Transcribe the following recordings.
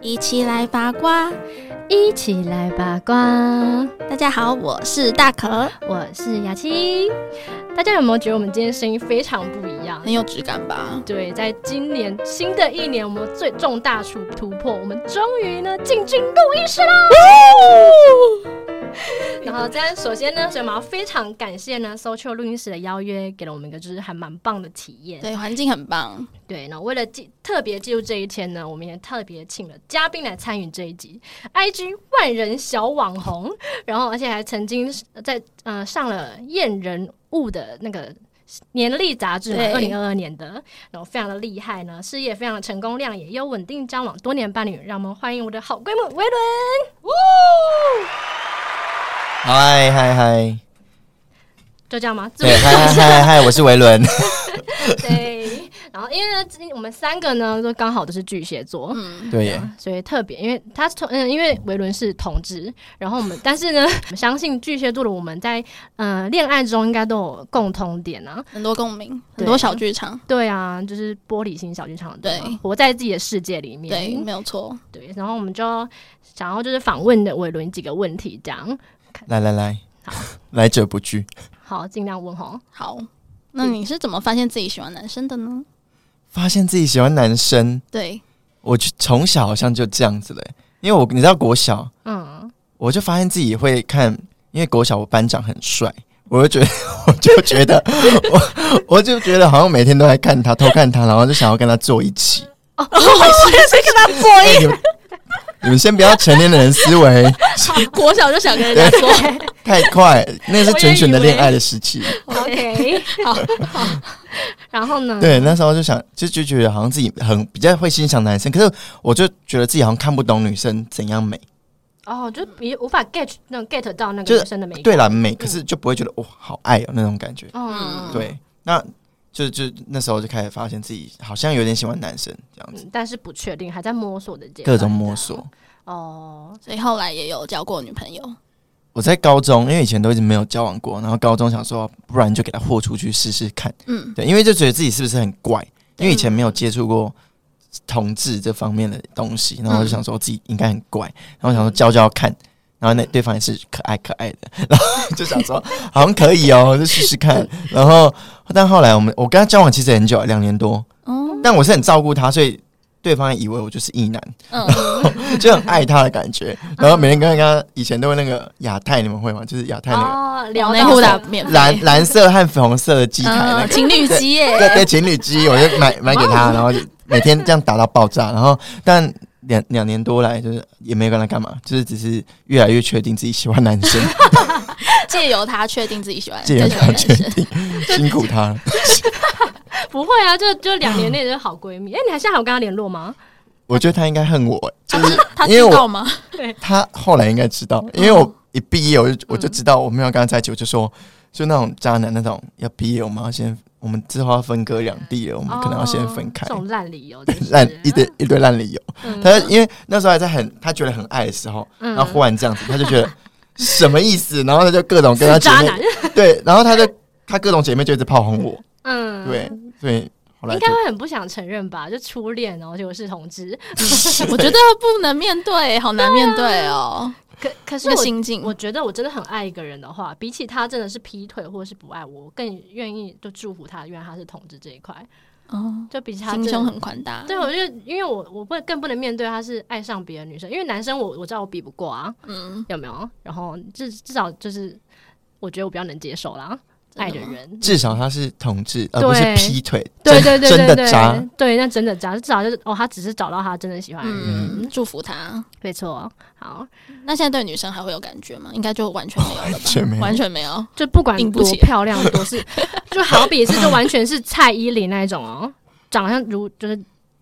一起来八卦。一起来八卦。大家好，我是大可，我是雅琪。大家有没有觉得我们今天声音非常不一样？很有质感吧？对，在今年新的一年，我们最重大突突破，我们终于呢进军录音室啦！然后，在首先呢，所以我们要非常感谢呢 SoChill 录音室的邀约，给了我们一个就是还蛮棒的体验。对，环境很棒。对，那为了记特别记录这一天呢，我们也特别请了嘉宾来参与这一集，IG 万人小网红，然后而且还曾经在呃上了《验人物》的那个年历杂志嘛，对二零二二年的，然后非常的厉害呢，事业非常的成功亮眼，也有稳定交往多年伴侣，让我们欢迎我的好闺蜜维伦。嗨嗨嗨，就这样吗？自我对，嗨嗨嗨嗨，我是维伦。对，然后因为呢，今我们三个呢都刚好都是巨蟹座，对耶，所以特别，因为他是同嗯，因为维伦是同志，然后我 们，但是呢，我相信巨蟹座的我们在嗯恋爱中应该都有共通点啊，很多共鸣，对很多小剧场。对啊，就是玻璃心小剧场，对吗活在自己的世界里面，对，没有错。对然后我们就想要就是访问的维伦几个问题，这样来来来，来者不拒。好，尽量问哦。好，那你是怎么发现自己喜欢男生的呢？发现自己喜欢男生，对，我就从小好像就这样子嘞。因为我你知道国小，嗯，我就发现自己会看，因为国小我班长很帅，我就觉得 我就觉得 我我就觉得好像每天都在看他，偷看他，然后就想要跟他坐一起。 我也是跟他做哎你们你们先不要成年的人思维一，国小就想跟人家做。太快，那是蠢蠢的恋爱的时期。 OK，好， 好， 然后呢？对，那时候就想，就就觉得好像自己很比较会欣赏男生，可是我就觉得自己好像看不懂女生怎样美。哦，就比无法 get 那种 get 到那就个是女生的美感，对啦，美，可是就不会觉得哇、好爱哦、那种感觉。嗯，对，那就就那时候就开始发现自己好像有点喜欢男生这样子，嗯但是不确定，还在摸索的阶段，各种摸索。哦， 所以后来也有交过女朋友。我在高中，因为以前都一直没有交往过，然后高中想说，不然就给他豁出去试试看。嗯，对，因为就觉得自己是不是很怪，因为以前没有接触过同志这方面的东西，然后我就想说自己应该很怪，然后想说教教看，然后那对方也是可爱可爱的，然后 就想说好像可以哦，就试试看。然后但后来我们我跟他交往其实很久，两年多，哦，但我是很照顾他，所以。对方也以为我就是异男，嗯，就很爱他的感觉。然后每天跟他以前都会那个亚太，你们会吗？就是亚太那哦，聊聊内内裤裤打打，免个费，蓝蓝色和粉红色的机台那嗯个，情侣机耶。对对，情侣机，我就买买给他，哦然后就每天这样打到爆炸。然后，但两两年多来，就是也没有跟他干嘛，就是只是越来越确定自己喜欢男生， 借由他确定自己喜欢，借由他更喜欢男确生定，辛苦他了。不会啊，就就两年嗯内就是好闺蜜。哎，你还现在还有跟她联络吗？我觉得他应该恨我，就是他因为知我道吗？他后来应该知道，因为哦我一毕业我嗯就我就知道我没有跟他在一起，我就说就那种渣男那种要毕业，我们要先我们之后要分隔两地了，我嗯们可能要先分开哦这。种烂理由真是，烂一堆一堆烂理由，嗯他因为那时候还在很他觉得很爱的时候，嗯然后忽然这样子，他就 觉得什么意思？然后他就各种跟他是姐渣男 妹，对，然后他就他各种姐妹就一直炮轰我，嗯， 对，所以后来应就该会很不想承认吧？就初恋，然后结果是同志，我觉得不能面对，好难面对哦，可可是这个我。心境。我觉得我真的很爱一个人的话，比起他真的是劈腿或者是不爱我，我更愿意就祝福他，因为他是同志这一块，哦，就比起他心真的胸很宽大。对，我就因为我我不更不能面对他是爱上别的女生，因为男生我我知道我比不过啊，嗯，有没有？然后至至少就是我觉得我比较能接受啦，真的爱的吗人。至少他是同志，而不是对劈腿，对真对对真对的渣对，，对，那真的渣，至少就是哦，他只是找到他真的喜欢的人，嗯，祝福他。没错。好，那现在对女生还会有感觉吗？应该就完全没哦有了吧？全没有完全没有。就不管硬不多起来漂亮多 是，就好比是就完全是蔡依林那一种哦，长相如就是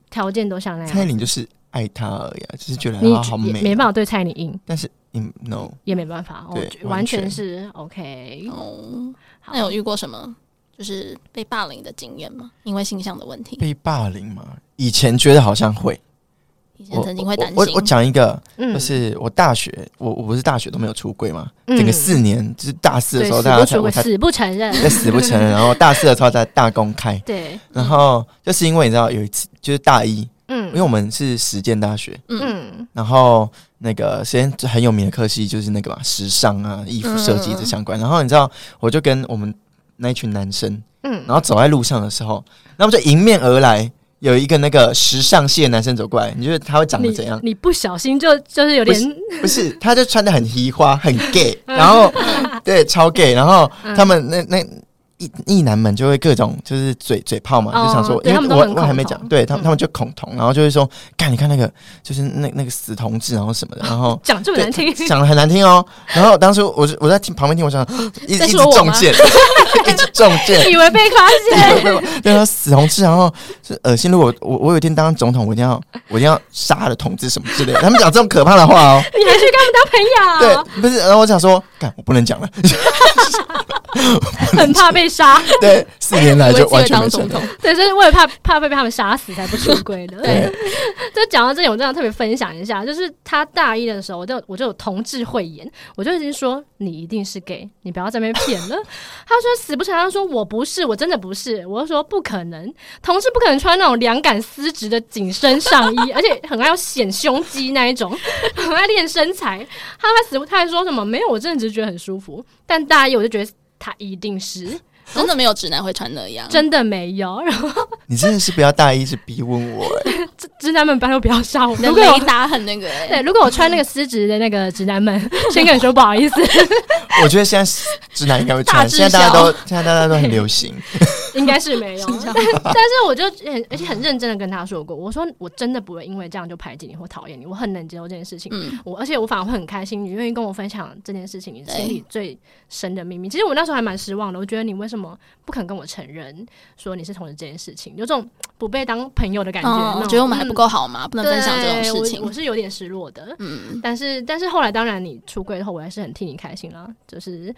条件都像那蔡依样，林就是爱他而已啊，只是觉得哎你他好也美，啊没办法对蔡依林硬，但是嗯，no，也没办法，哦对就完完全全是嗯 OK。哦，好那有遇过什么就是被霸凌的经验吗？因为性向的问题，被霸凌嘛，以前觉得好像会，以前我曾经会担我我我心。讲一个，嗯就是我大学，我我不是大学都没有出柜嘛，嗯整个四年就是大四的对，时候，死大不家才出我轨，才死不承认。在死不承 认，然后大四的时候才大公开，对，然后就是因为你知道有一次就是大一，因为我们是实践大学，嗯然后那个实验很有名的科系就是那个嘛，时尚啊、衣服设计这相关。然后你知道，我就跟我们那一群男生，嗯然后走在路上的时候，那么就迎面而来有一个那个时尚系的男生走过来，你觉得他会长得你怎样？你不小心就就是有点不是，他就穿的很嘻花，很 gay，然后对超 gay，然后嗯他们那那。一一男们就会各种就是嘴嘴炮嘛，哦就想说，对因他们为都我很我还没恐讲同，对他们嗯他们就恐同，然后就会说，看你看那个就是那那个死同志，然后什么的，然后讲这么对难听，讲的很难听哦。然后当时我是我在听旁边听，我想一直在一直说我中吗箭， 一直中箭，以为被发现， 对啊，死同志，然后是恶心。如果我我有一天当总统，我一定要我一定要杀了同志什么之类的。他们讲这种可怕的话哦，你还去跟他 们当朋友，对，不是。然后我想说，干，我不能讲了。很怕被杀，对，四年来我也就只完会全没当成总功 统。，对，就是为了怕怕被他们杀死才不出轨的。对， 就讲到这里，我真的要特别分享一下，就是他大一的时候，我就我就有同志慧眼，我就已经说你一定是 gay，你不要在那边骗了。 他说死不承认，他说我不是，我真的不是。我就说不可能，同志不可能穿那种凉感丝质的紧身上衣，而且很爱要显胸肌那一种， 很爱练身材。他还死不，他还说什么没有，我真的只是觉得很舒服。但大一我就觉得他一定是真的没有直男会穿那样。真的没有，然后你真的是不要大意，是逼问我、欸。直男们拜托不要杀我。你的如果有雷达很那 个、欸，对，如果我穿那个丝质的那个直男们， 先跟你说不好意思，我觉得现在直男应该会大穿，滞现在大家销都现在大家都很流行。应该是没有。但但是我就很而且很认真的跟他说过，我说我真的不会因为这样就排挤你或讨厌你，我很能接受这件事情。嗯，我而且我反而会很开心，你愿意跟我分享这件事情，你心对里最深的秘密。其实我那时候还蛮失望的，我觉得你为什么不肯跟我承认说你是同志这件事情，有种不被当朋友的感觉。那哦种觉得我们还不嗯够好吗？不能分享这种对我事情我。是有点失落的。嗯，但是但是后来，当然你出柜后，我还是很替你开心啦，就是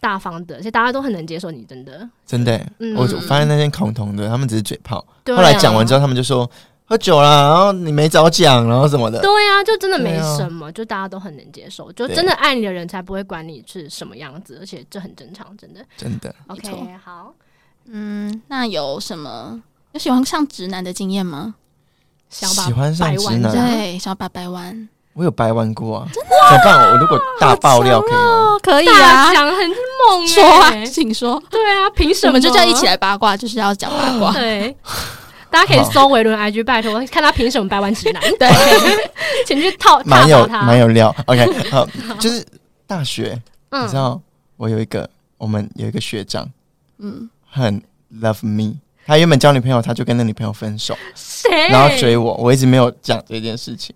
大方的，而且大家都很能接受你，真的。真的欸、嗯我我发现那些恐同的，他们只是嘴炮。对啊后来讲完之后，他们就说喝酒啦，然后你没早讲，然后什么的。对呀、就真的没对啊什么，就大家都很能接受，就对真的爱你的人才不会管你是什么样子，而且这很正常，真的。真的，没 OK，错好，嗯，那有什么有喜欢上直男的经验吗？想把喜欢上白直完男这样对，小白白弯我有掰弯过啊。怎么办？我如果大爆料可以吗？哦，可大，讲很猛、欸，说啊，请说，啊对啊，凭什么？我们就叫一起来八卦，就是要讲八卦。 对。大家可以搜维伦 IG，拜托看他凭什么掰弯直 男，对，请去套蛮踏有伐蛮他。有料。OK，好，就是大学，你嗯，知道我有一个，我们有一个学长嗯，很 love me，他原本交女朋友，他就跟那女朋友分手，谁？然后追我，我一直没有讲这件事情，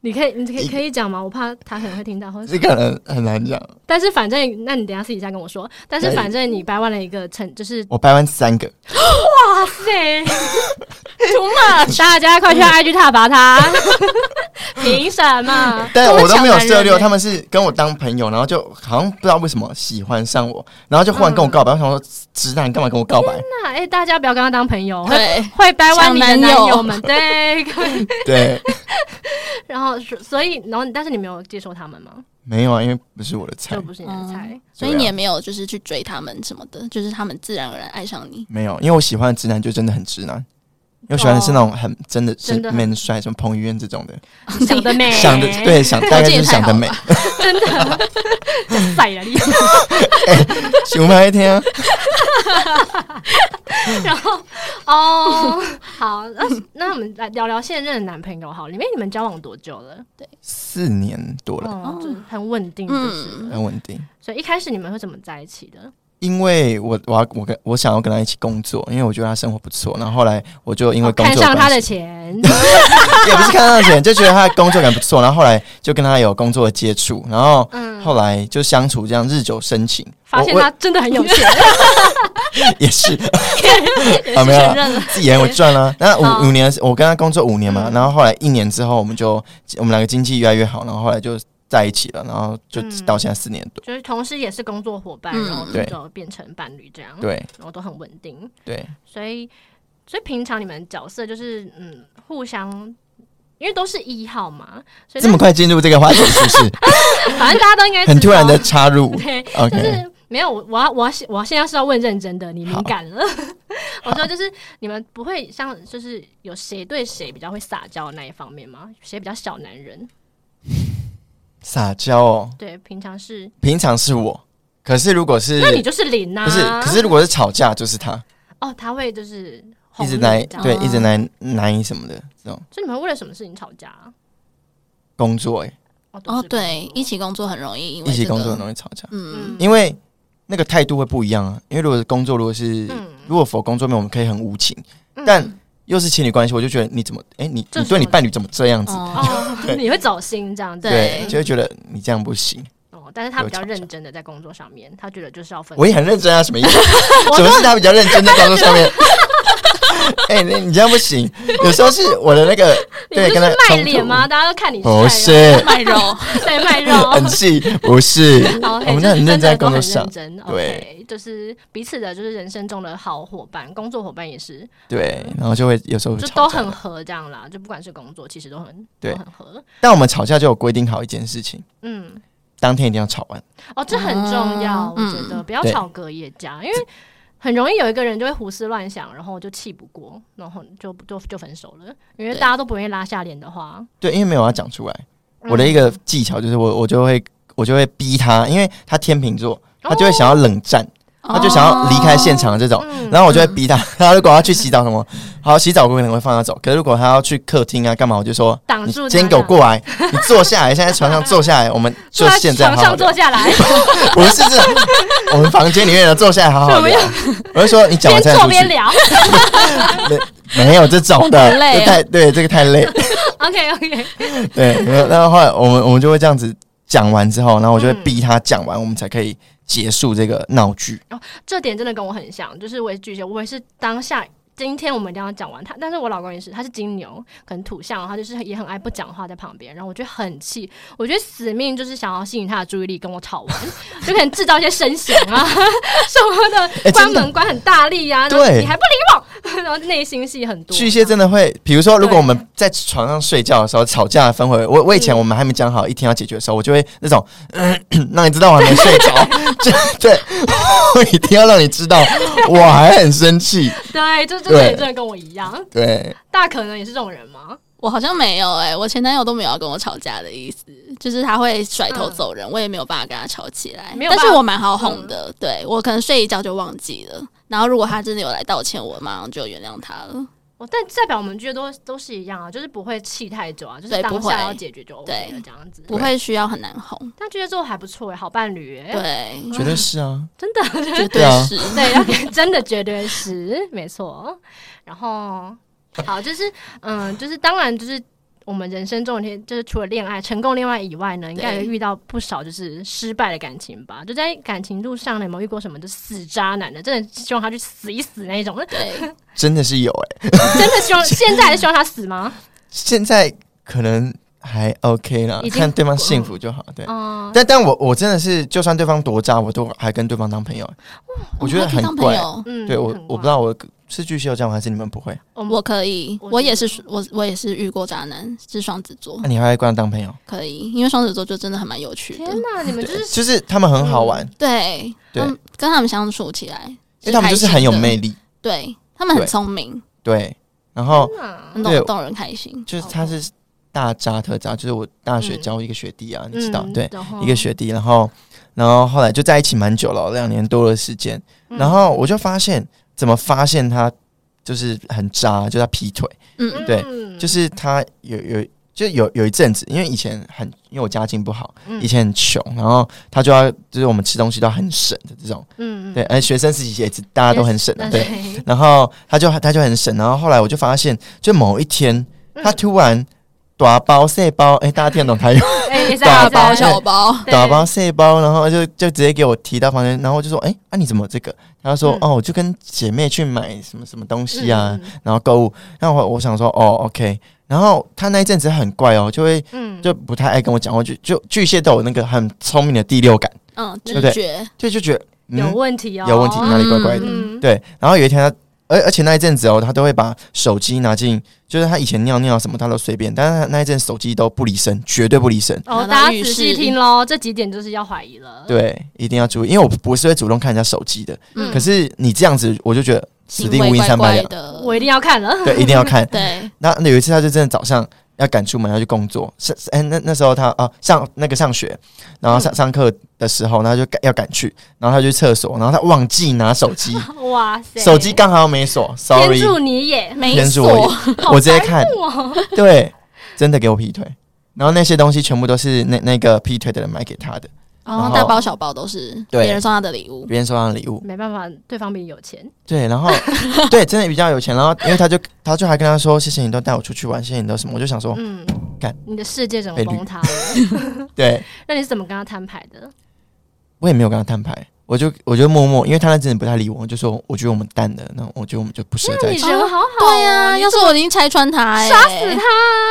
你可以，你可以可以讲吗？我怕他可能会听到，或者这个人很难讲。但是反正，那你等一下私底下跟我说。但是可以反正你掰弯了一个成，就是我掰弯三个，哇 塞，图嘛，大家快去 IG 踏伐 他，凭什么？但我都没有涉六猎，他们是跟我当朋友，然后就好像不知道为什么喜欢上我，然后就忽然跟我告白，我想说直男干嘛跟我告白？那哎，大家不要跟他当朋友，会 对，会掰弯你的抢男男友友们，对。 对，然后所以，然后但是你没有接受他们吗？没有啊，因为不是我的菜就，不是你的菜。所以你也没有就是去追他们什么的，就是他们自然而然爱上你。没有，因为我喜欢的直男就真的很直男。因为我喜欢的是那种很真的是真的很哎 man 帅，什么彭于晏这种的，想得美，想的，对想大概就是想 得美，真的，晒了 你。熊猫一天啊然后哦，好，那那我们来聊聊现任的男朋友好，里面你们交往多久了？四年多了，嗯哦，就是很稳定，就是嗯了、很稳定。所以一开始你们会怎么在一起的？因为我我要我跟我想要跟他一起工作，因为我觉得他生活不错。然后后来我就因为工看作上哦他关的系， 钱，也不是看上钱，就觉得他的工作感不错。然后后来就跟他有工作的接触，然后嗯，后来就相处这样日久生情。发现我他真的很有 钱，我也是也啊是没有啊承认了。自己也会赚啦。那哦五五年，我跟他工作五年嘛，嗯然后后来一年之后，我们就我们两个经济越来越好，然后后来就在一起了，然后就嗯到现在四年多。就是同时也是工作伙伴，嗯然后对就变成伴侣这样，对然后都很稳定，对，所以所以平常你们角色就是嗯互相，因为都是一号嘛，所以这么快进入这个话题是不 是反正大家都应该很知突然的道插入 对，就？OK，是没有，我我要我要我现在是要问认真的，你敏感了。 我说就是你们不会像就是有谁对谁比较会撒娇的那一方面吗？谁比较小男人？撒娇哦，对，平常是，平常是我，可是如果是那你就是零啊。不是，可是如果是吵架，就是他哦，他会就是一直来来，对，一直来难以什么的这种所以你们为了什么事情吵架啊？工作、欸，哦，都哦，是对，工作一起工作很容易，因为一起这个工作很容易吵架，嗯，因为那个态度会不一样啊。因为如果是工作，如果是、嗯如果否工作面，我们可以很无情，但又是情侣关系，我就觉得你怎么，哎、你这你是对你我的伴侣怎么这样子？哦，哦，你会走心这样子。对就会觉得你这样不行。哦，但是他比较有吵认真的在工作上面，他觉得就是要分。我也很认真啊，什么意思？什么是他比较认真在工作上面？哎、你你这样不行。有时候是我的那个你不对是跟他卖冲脸突吗？，大家都看你帅不是。卖 肉，啊，对，卖肉。 很气，不是， 好我们都很认真在工作啊上，就是真的都很认真对 OK，就是彼此的，就是人生中的好伙伴，工作伙伴也是，对，然后就会有时候会就吵都架很合这样啦。就不管是工作，其实都很对都很合。但我们吵架就有规定好一件事情，嗯，当天一定要吵完。哦，这很重要，我嗯觉得不要对吵隔夜架，因为很容易有一个人就会胡思乱想，然后就气不过，然后就就就分手了。因为对大家都不愿意拉下脸的话，对，因为没有要讲出来。嗯我的一个技巧就是我我就会我就会逼他，因为他天秤座，他就会想要冷战，哦他就想要离开现场的这种。嗯然后我就会逼他， 他如果要去洗澡什么，好洗澡我可能会放他走。可是如果他要去客厅啊干嘛，我就说挡你住他今天给我过来，你坐下来，现在床上坐下来，我们就坐在现在床好上好聊坐。下来，不是这种，我们房间里面的坐下来好好聊。我就说你讲边完再坐出去边，聊。 没有这种的，很哦累这太对这个太累。 OK OK，对，没有。那后来我们我们就会这样子讲完之后，然后我就会逼他讲完，我们才可以结束这个闹剧。嗯这点真的跟我很像，就是我也拒绝，我也是当下。今天我们一定要讲完他，但是我老公也是，他是金牛，可能土象，他就是也很爱不讲话在旁边，然后我就很气，我觉得死命就是想要吸引他的注意力跟我吵完， 就可能制造一些声响啊 什么的，哎真的关门关很大力呀、啊，然后对你还不理我，然 后内心戏很多。啊巨蟹真的会，比如说，如果我们在床上睡觉的时候吵架的氛围，我我以前我们还没讲好一天要解决的时候，我就会那种，嗯、让你知道我还没睡着，就对，我一定要让你知道我还很生气。对，这这对点真的跟我一样，对，大可能也是这种人吗？我好像没有哎、我前男友都没有要跟我吵架的意思，就是他会甩头走人，我也没有办法跟他吵起来。嗯没有办但法嗯是我蛮好哄的，对我可能睡一觉就忘记了。然后如果他真的有来道歉，我马上就原谅他了。哦，但代表我们觉得都都是一样啊，就是不会气太久啊，就是对当不会下要解决就 OK 了对这样子。不会需要很难哄，但巨蟹座还不错哎，好伴侣哎，对，绝对是啊。真的绝对啊是。 对， 要给真的绝对是没错。然后好，就是嗯，就是当然就是。我们人生中的天，就是除了恋爱成功恋爱以外呢，应该也对遇到不少就是失败的感情吧。就在感情路上呢，有没有遇过什么就死渣男的？真的希望他去死一死那 一种？对，真的是有哎、真的希望现在还希望他 死吗？现在可能还 OK 啦已，经看对方幸福就好。对，嗯，但但我我真的是，就算对方多渣，我都还跟对方当朋友欸、我觉得还可以很当朋怪。友，嗯对我很嗯我怪不知道我是巨蟹有这样吗还是你们不会？我我可以，我我也觉是，我我也是遇过渣男，是双子座那、，你还会跟他当朋友？可以，因为双子座就真的还蛮有趣的天。哪，你们对就，是就是他们很好玩，对，对嗯，跟他们相处起来，因为他们就是很有魅力。对他们很对聪明，对，然后天哪很懂对懂人开心。就是他是大渣特渣，就是我大学嗯教一个学弟啊，你知道？嗯对，然后一个学弟，然后然后后来就在一起蛮久了，两年多的时间。嗯然后我就发现，怎么发现他就是很渣，就他劈腿，嗯，对嗯就是他有有就有有一阵子，因为以前很因为我家境不好，嗯以前很穷，然后他就要就是我们吃东西都要很省的这种，嗯嗯对，而学生时期也是大家都很省的，啊对。对，然后他就他就很省，然后后来我就发现，就某一天他嗯突然打包塞包，哎、大家听得懂台语吗？ 哎也是大啊大也是啊包包小包， 对打包塞包，然后就就直接给我提到房间，然后我就说，哎、啊你怎么这个？他就说，嗯哦，我就跟姐妹去买什么什么东西啊，嗯嗯然后购物。然后我我想说，哦，OK。然后他那一阵子很怪哦，就会嗯，就不太爱跟我讲话，就就巨蟹都有那个很聪明的第六感，嗯，直对不觉，就就觉得、嗯、有问题哦，有问题，哪里怪怪的。嗯，对，然后有一天他，而而且那一阵子哦，他都会把手机拿进，就是他以前尿尿什么他都随便，但是他那一阵手机都不离身，绝对不离身。拿哦，到大家浴仔室细听喽，这几点就是要怀疑了。对，一定要注意，因为我不是会主动看人家手机的，嗯嗯可是你这样子，我就觉得行指定为 Win 怪三八怪幺，的，我一定要看了。对，一定要看。对那那有一次，他就真的早上要赶出门要去工作，是哎、那那时候他啊上那个上学，然后上嗯上课的时候，然后就赶要赶去，然后他就去厕所，然后他忘记拿手机， 哇塞，手机刚好没锁天，sorry，助你也，没天助错我，我直接看，哇，对，真的给我劈腿。然后那些东西全部都是那那个劈腿的人买给他的，然后后大包小包都是对别人送他的礼物，别人收到的礼物，没办法，对方比你有钱，对，然后对，真的比较有钱。然后因为他就他就还跟他说：“谢谢你都带我出去玩，谢谢你都什么。”我就想说，嗯哦干，你的世界整个被绿崩 塌了。对那你是怎么跟他摊牌的？我也没有跟他摊牌，我就我就默默，因为他那阵子不太理我，我就说我觉得我们淡了，那我觉得我们就不适合在一你起。人好哦好，哦啊对啊呀，要是我已经拆穿他，哎杀死他！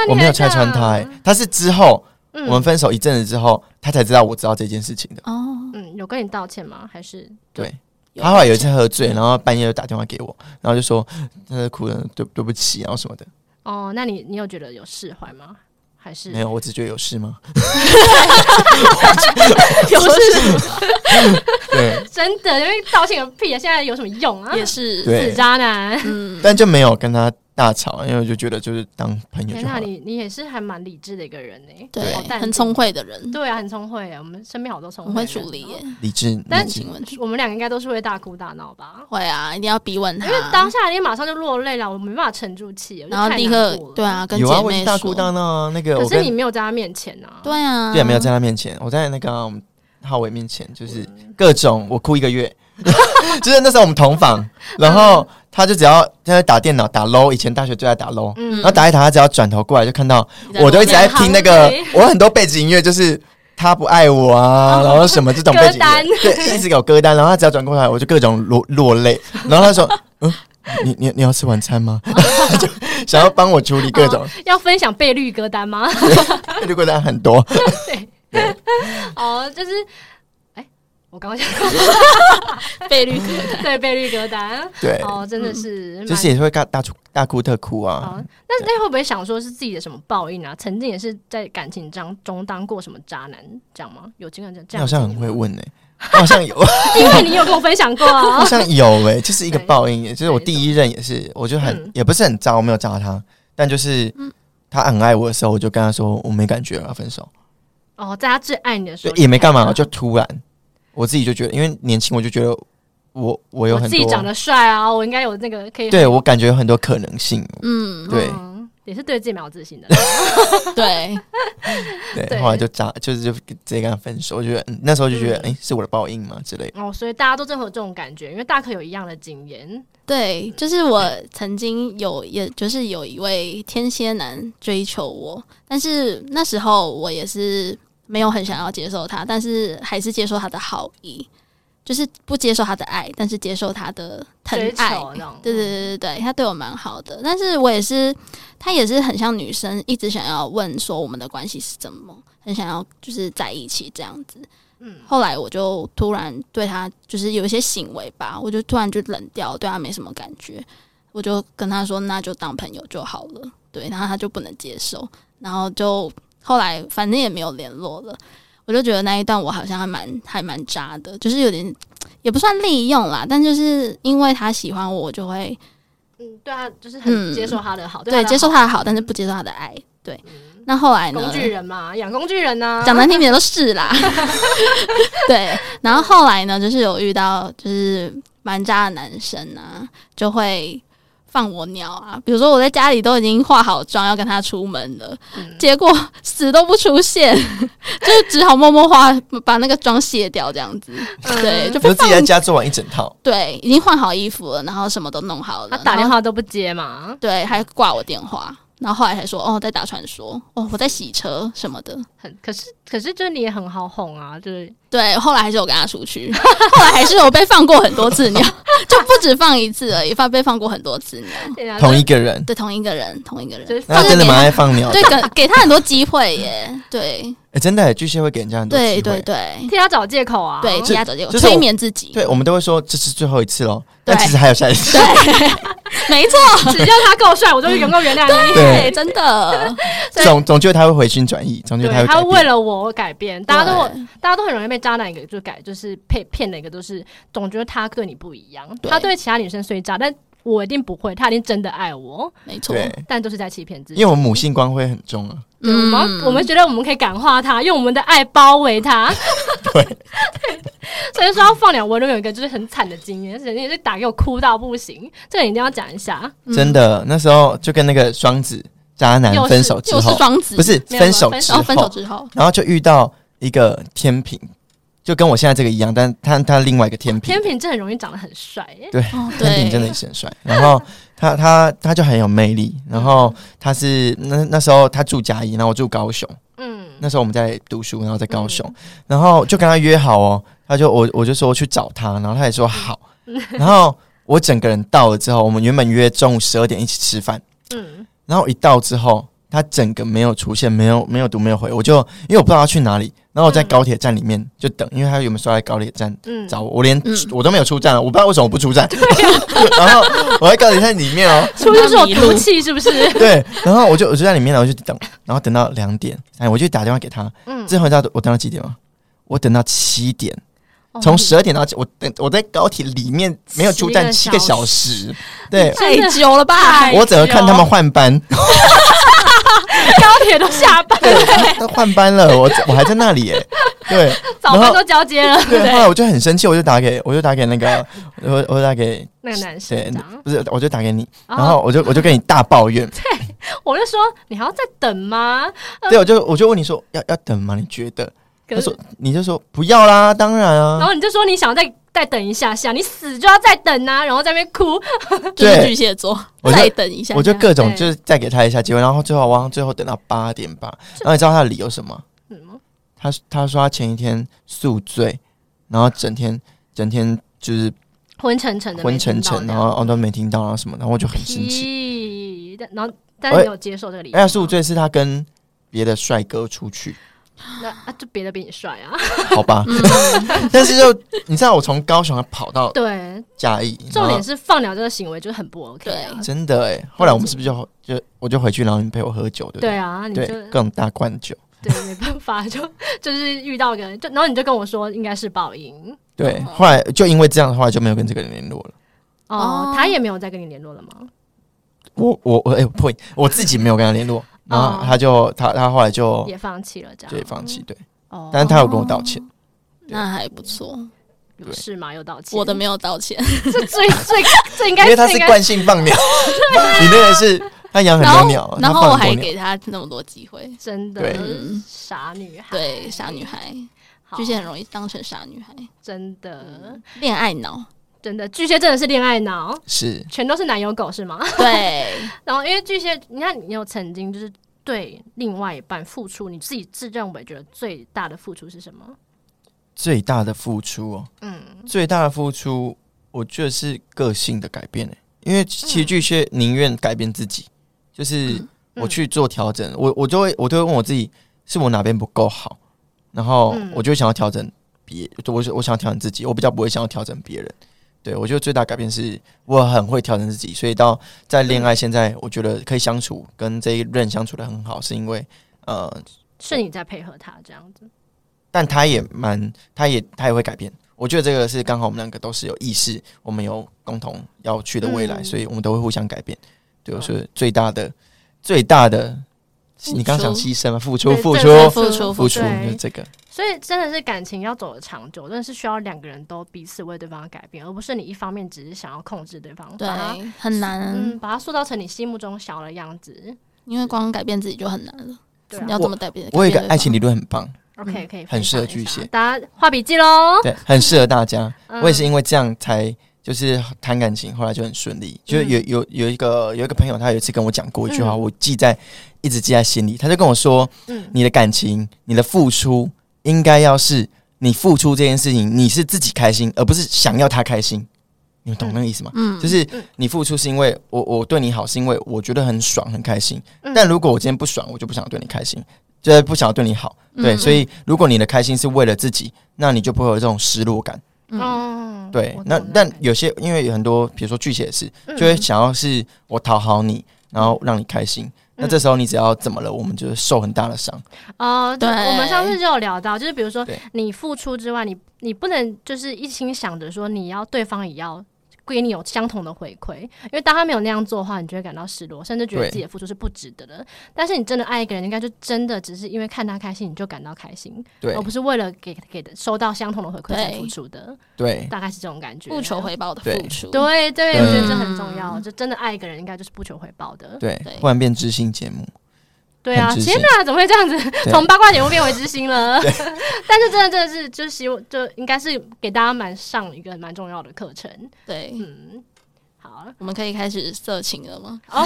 我没有拆拆穿他、欸，他是之后、嗯我们分手一阵子之后，他才知道我知道这件事情的。哦，嗯，有跟你道歉吗？还是对，有他后来有一次喝醉，然后半夜就打电话给我，然后就说他在哭了，对对不起，然后什么的。哦？那你你有觉得有释怀吗？还是没有，我只觉得有事吗？有是对， 真的？因为道歉个屁啊！现在有什么用啊？也是，对死渣男！嗯，但就没有跟他大吵，因为我就觉得就是当朋友天就呐，好了。你你也是还蛮理智的一个人呢，对好，淡定很聪，慧的人，对啊，很聪慧啊。我们身边好多聪慧很会的人哦处理耶，理智，但理智请问我们两个应该都是会大哭大闹吧？会啊，一定要逼问他因为，当下你马上就落泪了，我没办法沉住气，我就然后太立难刻过了对，啊，跟有啊，姐我妹大哭大说，闹啊，那个可我是跟你没有在他面前啊，对啊，对没有在他面前，我在那个啊我们浩伟面前，就是各种我哭一个月， 就是那时候我们同房，然嗯后他就只要他在打电脑打 low，以前大学最爱打 low，嗯然后打一打，他只要转头过来就看到你在我都一直在旁边听那个行，我很多背景音乐就是。他不爱我啊，然后什么这种背景音乐哦歌单对，一直给我歌单，然后他只要转过来，我就各种落落泪。然后他说：“嗯，你你你要吃晚餐吗？” 就想要帮我处理各种，要分享被绿歌单吗？ 就歌单很多。 哦，就是，哎，我刚刚想 费率嗯对被绿歌单，对，哦，真的是，就是。也是会大大哭大哭特哭啊。哦，但是那会不会想说是自己的什么报应啊？曾经也是在感情当中当过什么渣男，这样吗？有经历这你样好的经像历吗？很会问呢、我 好像有，我因为你有跟我分享过啊 好。像有哎、就是一个对报应、欸，就是我第一任也是，我就很、嗯也不是很渣，我没有渣他，但就是他很爱我的时候，我就跟他说我没感觉了，要分手，哦，在他最爱你的时对候，，也没干嘛，就突然我自己就觉得，因为年轻我就觉得我我有我很自己长多，得帅啊，我应该有那个可以对我感觉有很多可能性，嗯，对嗯也是对自己蛮有自信的。对，对，对后来就渣，就是就直接跟他分手，我觉得、嗯、那时候就觉得哎、诶是我的报应嘛之类的，哦，所以大家都真的有这种感觉，因为大可有一样的经验。对，就是我曾经有，也就是有一位天蝎男追求我，但是那时候我也是没有很想要接受他，但是还是接受他的好意，就是不接受他的爱，但是接受他的疼追爱。求那种对对对对对，他对我蛮好的，但是我也是，他也是很像女生，一直想要问说我们的关系是怎么，很想要就是在一起这样子。嗯，后来我就突然对他就是有一些行为吧，我就突然就冷掉，对他没什么感觉，我就跟他说那就当朋友就好了。对，然后他就不能接受，然后就后来反正也没有联络了。我就觉得那一段我好像还蛮还蛮渣的，就是有点也不算利用啦，但就是因为他喜欢我，我就会嗯，对啊，就是嗯很接受他的好，对他的接受好他的好，但是不接受他的爱。对，那后来呢？嗯工具人嘛，养工具人啊呐。讲难听点都是啦。 对，然后后来呢，就是有遇到就是蛮渣的男生啊，就会放我鸟啊。比如说我在家里都已经化好妆要跟他出门了，嗯结果死都不出现， 就是只好默默化把那个妆卸掉这样子。嗯对，就被我就自放己在家做完一整套，对，已经换好衣服了，然后什么都弄好了，他打然电后话都不接嘛，对，还挂我电话，然后后来才说哦，在打传说，哦，我在洗车什么的。很可是可是就是你也很好哄啊， 就是对，后来还是有跟他出去， 后来还是有被放过很多次鸟，就不止放一次而已，放被放过很多次鸟。对啊同一个人，对，同一个人，同一个人，就是那放他真的蛮爱放鸟的对，，给给他很多机会耶。对，哎、真的、欸，巨蟹会给人家很多机对，对，会。对，替他找借口啊，对，替他找借口，就是催我眠自己。对，我们都会说这是最后一次喽，对但其实还有下一次。没 错，只要他够帅，我就能够原谅你。 对，对真的，对 总总觉得他会回心转意，总觉对得他，他会改为变。了我改变，大家都对大家都很容易被渣男一个就改，就是被骗的一个都是总觉得他对你不一样，对他对其他女生虽渣，但我一定不会，他一定真的爱我，没错，嗯对，但都是在欺骗自己。因为我们母性光辉很重啊，对，我们我们觉得我们可以感化他，用我们的爱包围他。 对 所以说要放鸟，我都有一个就是很惨的经验，人家就打给我哭到不行，这个一定要讲一下。真的。那时候就跟那个双子渣男又是分手之又是后，双子，不是没有没有分手分之然后，后分手之后，然后就遇到一个天平，就跟我现在这个一样，但他他另外一个天平天，平真的很容易长得很帅耶，哦，天对，平真的是很帅。然后他他他就很有魅力。然后他是那那时候他住嘉义，然后我住高雄。嗯，那时候我们在读书，然后在高雄，然后就跟他约好哦。他就我我就说去找他，然后他也说好。嗯然后我整个人到了之后，我们原本约中午十二点一起吃饭，嗯，然后一到之后，他整个没有出现，没有没有读没有回，我就因为我不知道他去哪里，然后我在嗯高铁站里面就等，因为他有没有说在高铁站嗯找我，我连、嗯我都没有出站了，我不知道为什么我不出站，啊 然后我在高铁站里面哦，是不是是我毒气？是不 是？ 对，然后我就我就在里面，然后我就等，然后等到两点，哎，我就打电话给他，嗯，最后你知道我等到几点吗？我等到七点，哦从十二点到七，我等我在高铁里面没有出站七七个个小小时，对太久了吧？太我整个看他们换班，哦 高铁都下班了，他换班了，我我还在那里耶，对，早班都交接了， 对，后来我就很生气，我就打给，我就打给那个，我我打给那个男生谁这样，？不是，我就打给你，哦然后我就我就跟你大 抱怨，我就说你还要再等吗？对，我就我就问你说要要等吗？你觉得？可他是说，你就说不要啦，当然然啊，后你就说你想要再再等一下下，你死就要再等啊，然后在那边哭，就是对巨蟹座，我就再等一下下，我就各种对就是再给他一下机会，然后最后我好像最后等到八点吧，然后你知道他的理由是什么？嗯，他他说他前一天宿醉，然后整天整天就是昏沉沉的，昏沉沉，然后哦都没听到啊什么，然后我就很生气。哎屁，但然后但是没有接受这个理由，哎呀，宿醉是他跟别的帅哥出 去，那啊就别的比你帅啊， 好吧？但是就你知道，我从高雄跑到对，嘉义，重点然是放鸟这个行为就是很不 OK，啊后真的哎、后来我们是不是就就我就回去，然后你陪我喝酒，对不对啊，你对？就对，各种大灌酒，对没办法，就就是遇到个，就然后你就跟我说应该是报应。对。后来就因为这样的话，就没有跟这个人联络了。哦，哦他也没有再跟你联络了吗？我我我哎、不会，我自己没有跟他联络，然后哦他就他他后来就也放弃了，这样就放弃，哦对，哦，但是他有跟我道歉，那还不错，有事吗？又道歉，我的没有道歉， 这最最这应该 因为他是应该惯性放鸟， 你那个是他养很然多后鸟，啊然他后我放很还多鸟，给他那么多机会，真的对嗯傻女孩，对，傻女孩，好，巨蟹很容易当成傻女孩，真的嗯恋爱脑，真的巨蟹真的是恋爱脑，是全都是男友狗是吗？ 对，然后因为巨蟹，你看你有曾经就是对另外一半付出，你自己自认为觉得最大的付出是什么？最大的付出哦，嗯，最大的付出，我觉得是个性的改变、欸、因为其实巨蟹宁愿改变自己，嗯就是我去做调整，我我就会我都会问我自己，是我哪边不够好，然后嗯我就想要调整别，我我想要调整自己，我比较不会想要调整别人。对，我觉得最大改变是我很会调整自己，所以到在恋嗯爱现在，我觉得可以相处跟这一任相处的很好，是因为呃，是你在配合他这样子，但他也蛮，他也他也会改变。我觉得这个是刚好我们两个都是有意识，我们有共同要去的未来，嗯所以我们都会互相改变。对，嗯我说最大的最大的，付出你刚想牺牲吗？付出，对付这出，这付出付出，对就是这个。所以真的是感情要走得长久，真的是需要两个人都彼此为对方而改变，而不是你一方面只是想要控制对方，对把他，很难，啊嗯，把他塑造成你心目中想要的样子。因为光改变自己就很难了，对你啊要怎么改变？我有一改变个对方爱情理论很棒， ，OK，可以，很适合巨蟹大家画笔记喽。对，很适合大家。嗯我也是因为这样才就是谈感情，后来就很顺利。就是有有有一个有一个朋友，他有一次跟我讲过一句话，嗯我记在一直记在心里。他就跟我说，嗯你的感情、你的付出，应该要是你付出这件事情，你是自己开心，而不是想要他开心。你们懂那个意思吗？嗯，就是你付出是因为我我对你好，是因为我觉得很爽很开心。嗯但如果我今天不爽，我就不想对你开心，就是不想对你好。对，嗯所以如果你的开心是为了自己，那你就不会有这种失落感。嗯嗯，对我，那懂但感觉有些因为有很多，比如说巨蟹也是，就会想要是我讨好你，然后让你开心。那这时候你只要怎么了，我们就受很大的伤。哦，对，对我们上次就有聊到，就是比如说对你付出之外，你你不能就是一心想着说你要对方也要给你有相同的回馈。因为当他没有那样做的话，你就会感到失落，甚至觉得对自己的付出是不值得的。但是你真的爱一个人，应该就真的只是因为看他开心，你就感到开心，对而不是为了给给的收到相同的回馈才对付出的，对大概是这种感觉。不求回报的对付出，对对，对我觉得这很重要。就真的爱一个人，应该就是不求回报的。对对，不然变知性节目。对啊，很知天性哪，怎么会这样子？对从八卦节目变为知心了。 但是真的真的是，就是希望就应该是给大家蛮上一个蛮重要的课程。对，嗯，好，我们可以开始色情了吗？哦，